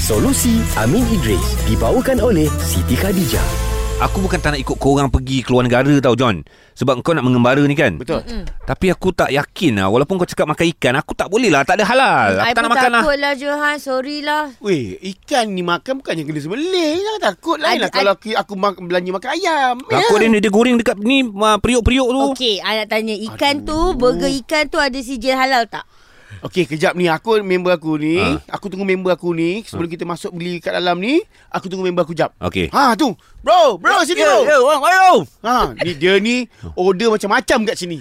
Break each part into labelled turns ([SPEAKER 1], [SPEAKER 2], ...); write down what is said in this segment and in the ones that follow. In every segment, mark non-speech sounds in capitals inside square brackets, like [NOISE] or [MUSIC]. [SPEAKER 1] Solusi Amin Idris dibawakan oleh Siti Khadijah.
[SPEAKER 2] Aku bukan tak nak ikut korang pergi keluar negara tau John Sebab kau nak mengembara ni kan
[SPEAKER 3] Betul.
[SPEAKER 2] Tapi aku tak yakin lah Walaupun kau cakap makan ikan Aku tak boleh lah Tak ada halal Aku
[SPEAKER 4] I
[SPEAKER 2] tak
[SPEAKER 4] pun
[SPEAKER 2] nak makan lah
[SPEAKER 4] takut lah Johan Sorry lah
[SPEAKER 3] Weh, ikan ni makan bukannya kena sembelih. Jangan takut lain lah
[SPEAKER 4] Ad-
[SPEAKER 3] kalau aku, aku ma- belanja makan ayam. Ya.
[SPEAKER 2] Aku ada dia, dia goreng dekat ni uh, Periuk-periuk tu
[SPEAKER 4] Okey, I nak tanya Ikan Aduh. tu Burger ikan tu Ada sijil halal tak?
[SPEAKER 3] Okey, kejap ni. Aku member aku ni.
[SPEAKER 2] Ha.
[SPEAKER 3] Aku tunggu member aku ni. Sebelum kita masuk beli kat dalam ni, aku tunggu member aku jap.
[SPEAKER 2] Okey
[SPEAKER 3] Ha, tu. Bro, bro sini bro.
[SPEAKER 2] Assalamualaikum
[SPEAKER 3] Ha, ni dia ni order macam-macam kat sini.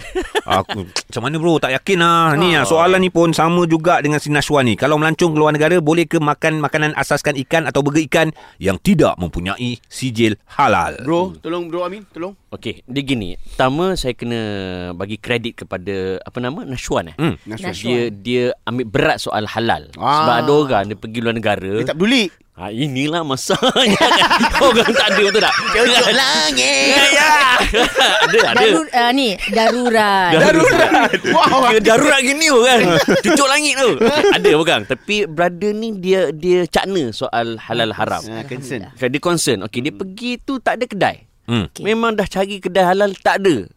[SPEAKER 2] Aku Macam mana bro Tak yakin lah Ni lah soalan ni pun Sama juga dengan si Nashwa ni Kalau melancong keluar negara Boleh ke makan Makanan asaskan ikan Atau burger ikan Yang tidak mempunyai Sijil halal
[SPEAKER 3] Bro, tolong bro Amin, tolong.
[SPEAKER 5] Okey, dia gini. Pertama saya kena bagi kredit kepada apa nama Nashwan eh.
[SPEAKER 2] Hmm.
[SPEAKER 3] Nasir.
[SPEAKER 4] Nashwan.
[SPEAKER 5] Dia dia ambil berat soal halal.
[SPEAKER 3] Ah.
[SPEAKER 5] Sebab ada orang dia pergi luar negara.
[SPEAKER 3] Dia tak peduli.
[SPEAKER 5] Ha, inilah masalahnya kan. [LAUGHS] Orang tak ada betul tak? Cocok [LAUGHS] lah. Ya. Ada ada.
[SPEAKER 4] Darur, uh, ni Darurat
[SPEAKER 5] Darurat.
[SPEAKER 3] Wow.
[SPEAKER 5] Dia darurat gini tu kan. Cucuk langit tu. Ada orang. Tapi brother ni dia dia cakna soal halal haram.
[SPEAKER 3] Ha, concern.
[SPEAKER 5] Dia concern. Okey, dia pergi tu tak ada kedai.
[SPEAKER 2] hmm.
[SPEAKER 4] Okey.
[SPEAKER 5] Okay. Memang dah cari kedai halal tak ada.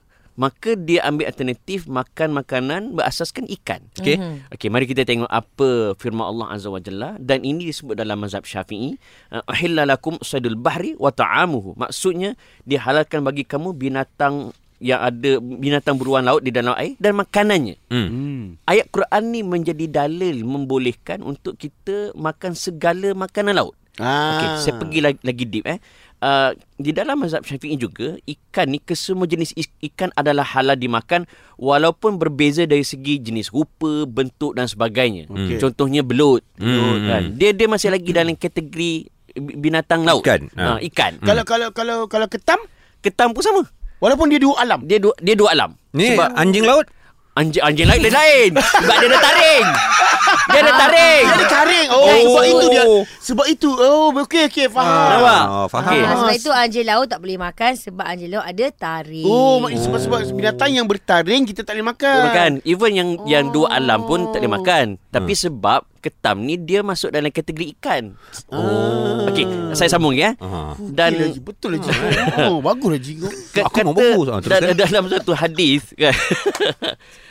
[SPEAKER 5] Maka dia ambil alternatif makan makanan berasaskan ikan.
[SPEAKER 2] Okey.
[SPEAKER 5] Mm-hmm. Okey, mari kita tengok apa firman Allah Azza wa Jalla dan ini disebut dalam mazhab Syafi'i, "Ah, ahilla lakum usadul bahri wa ta'amuhu. Maksudnya dihalalkan bagi kamu binatang yang ada binatang buruan laut di dalam air dan makanannya.
[SPEAKER 2] Hmm.
[SPEAKER 3] Hmm.
[SPEAKER 5] Ayat Quran ni menjadi dalil membolehkan untuk kita makan segala makanan laut.
[SPEAKER 3] Ah.
[SPEAKER 5] Okey, saya pergi lagi, lagi deep eh. Uh, di dalam mazhab Syafi'i juga, ikan ni kesemua jenis is- ikan adalah halal dimakan walaupun berbeza dari segi jenis rupa, bentuk dan sebagainya.
[SPEAKER 3] Okey.
[SPEAKER 5] Contohnya belut.
[SPEAKER 2] Hmm.
[SPEAKER 5] Kan? Dia dia masih lagi dalam kategori bi- binatang laut.
[SPEAKER 2] Ikan, ha.
[SPEAKER 5] Ha, ikan.
[SPEAKER 3] Kalau kalau kalau kalau ketam,
[SPEAKER 5] Ketam pun sama.
[SPEAKER 3] walaupun dia dua alam.
[SPEAKER 5] Dia dua, dia dua alam.
[SPEAKER 2] Ni anjing laut
[SPEAKER 5] Anjing anjing lain dia lain. Sebab dia ada taring. Dia ada taring.
[SPEAKER 3] Dia ada caring. Oh, oh,
[SPEAKER 2] Oh.
[SPEAKER 3] sebab itu dia. Sebab itu. Oh, okey okey faham.
[SPEAKER 5] Ah. Nampak?
[SPEAKER 2] Oh, faham
[SPEAKER 5] Okey.
[SPEAKER 4] okay. ha, Sebab
[SPEAKER 3] Ah,
[SPEAKER 4] itu anjing laut tak boleh makan Sebab anjing laut ada taring
[SPEAKER 3] Oh, maknanya sebab sebab binatang yang bertaring kita tak boleh
[SPEAKER 2] Ah.
[SPEAKER 3] makan.
[SPEAKER 5] makan. Even yang oh. yang dua alam pun tak boleh
[SPEAKER 4] Oh.
[SPEAKER 5] makan. Tapi hmm. sebab ketam ni dia masuk dalam kategori ikan.
[SPEAKER 2] Oh
[SPEAKER 5] Okey, saya sambung ya.
[SPEAKER 2] Ah.
[SPEAKER 5] Dan
[SPEAKER 3] Okey, Haji. betul lagi. Oh, bagus lagi kau.
[SPEAKER 5] ke-
[SPEAKER 2] Aku memang bagus. Ah,
[SPEAKER 5] da-
[SPEAKER 2] teruskan.
[SPEAKER 5] [LAUGHS] dalam satu hadis kan. [LAUGHS]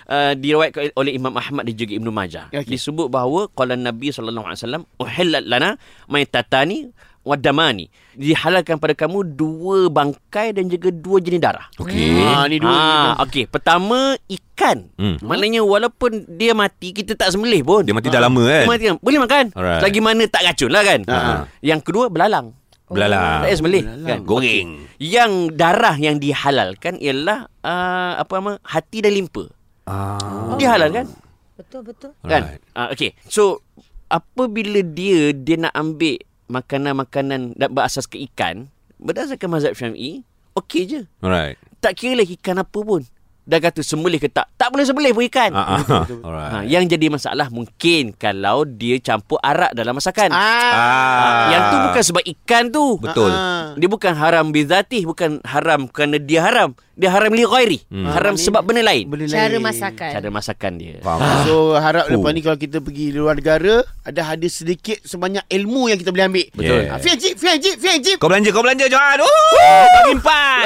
[SPEAKER 5] Uh, diriwayatkan oleh Imam Ahmad dan juga Ibnu Majah.
[SPEAKER 3] Okey.
[SPEAKER 5] Okay. Disebut bahawa qala Nabi sallallahu alaihi wasallam uhillat lana maitatani wa damani. Dihalalkan pada kamu dua bangkai dan juga dua jenis darah.
[SPEAKER 2] Okey
[SPEAKER 3] Ah, ni dua.
[SPEAKER 5] Ah, okey. Pertama ikan.
[SPEAKER 2] Hmm.
[SPEAKER 5] Maknanya walaupun dia mati kita tak sembelih pun.
[SPEAKER 2] Dia mati dah lama kan
[SPEAKER 5] Dia mati kan. Boleh makan.
[SPEAKER 2] Alright. Ah.
[SPEAKER 5] Lagi mana tak racun lah kan.
[SPEAKER 3] Ha.
[SPEAKER 5] Yang kedua belalang.
[SPEAKER 2] Belalang
[SPEAKER 5] Tak payah sembelih
[SPEAKER 3] belalang.
[SPEAKER 5] kan.
[SPEAKER 2] Goreng
[SPEAKER 5] Yang darah yang dihalalkan ialah uh, apa nama hati dan limpa.
[SPEAKER 2] Ah,
[SPEAKER 5] Dihalal kan?
[SPEAKER 4] Betul-betul
[SPEAKER 5] Kan?
[SPEAKER 2] Alright.
[SPEAKER 5] Uh, okay. So apabila dia dia nak ambil makanan-makanan dan berasas ke ikan berdasarkan mazhab Syafi'i okey je.
[SPEAKER 2] Alright
[SPEAKER 5] Tak kira lah ikan apa pun. Dah kata sembelih ke tak? Tak boleh sembelih pun ikan.
[SPEAKER 2] Ah, ah, ah. Alright
[SPEAKER 5] Ha, yang jadi masalah mungkin kalau dia campur arak dalam masakan.
[SPEAKER 2] Ah.
[SPEAKER 5] Yang tu bukan sebab ikan tu.
[SPEAKER 2] Betul.
[SPEAKER 3] Ah.
[SPEAKER 5] Dia bukan haram bizatih, bukan haram kerana dia haram. Dia haram li ghairi. Hmm.
[SPEAKER 3] Ah,
[SPEAKER 5] Haram
[SPEAKER 3] ni-
[SPEAKER 5] sebab benda lain.
[SPEAKER 3] Benda
[SPEAKER 4] Cara
[SPEAKER 3] lain.
[SPEAKER 4] masakan
[SPEAKER 5] Cara masakan dia.
[SPEAKER 2] Faham
[SPEAKER 3] So harap
[SPEAKER 2] Fuh.
[SPEAKER 3] lepas ni kalau kita pergi luar negara ada ada sedikit sebanyak ilmu yang kita boleh ambil.
[SPEAKER 2] Betul.
[SPEAKER 3] Ah, Fian Cip, Fian Cip, Fian Cip.
[SPEAKER 2] Kau belanja, kau belanja Johan Oh, bagi empat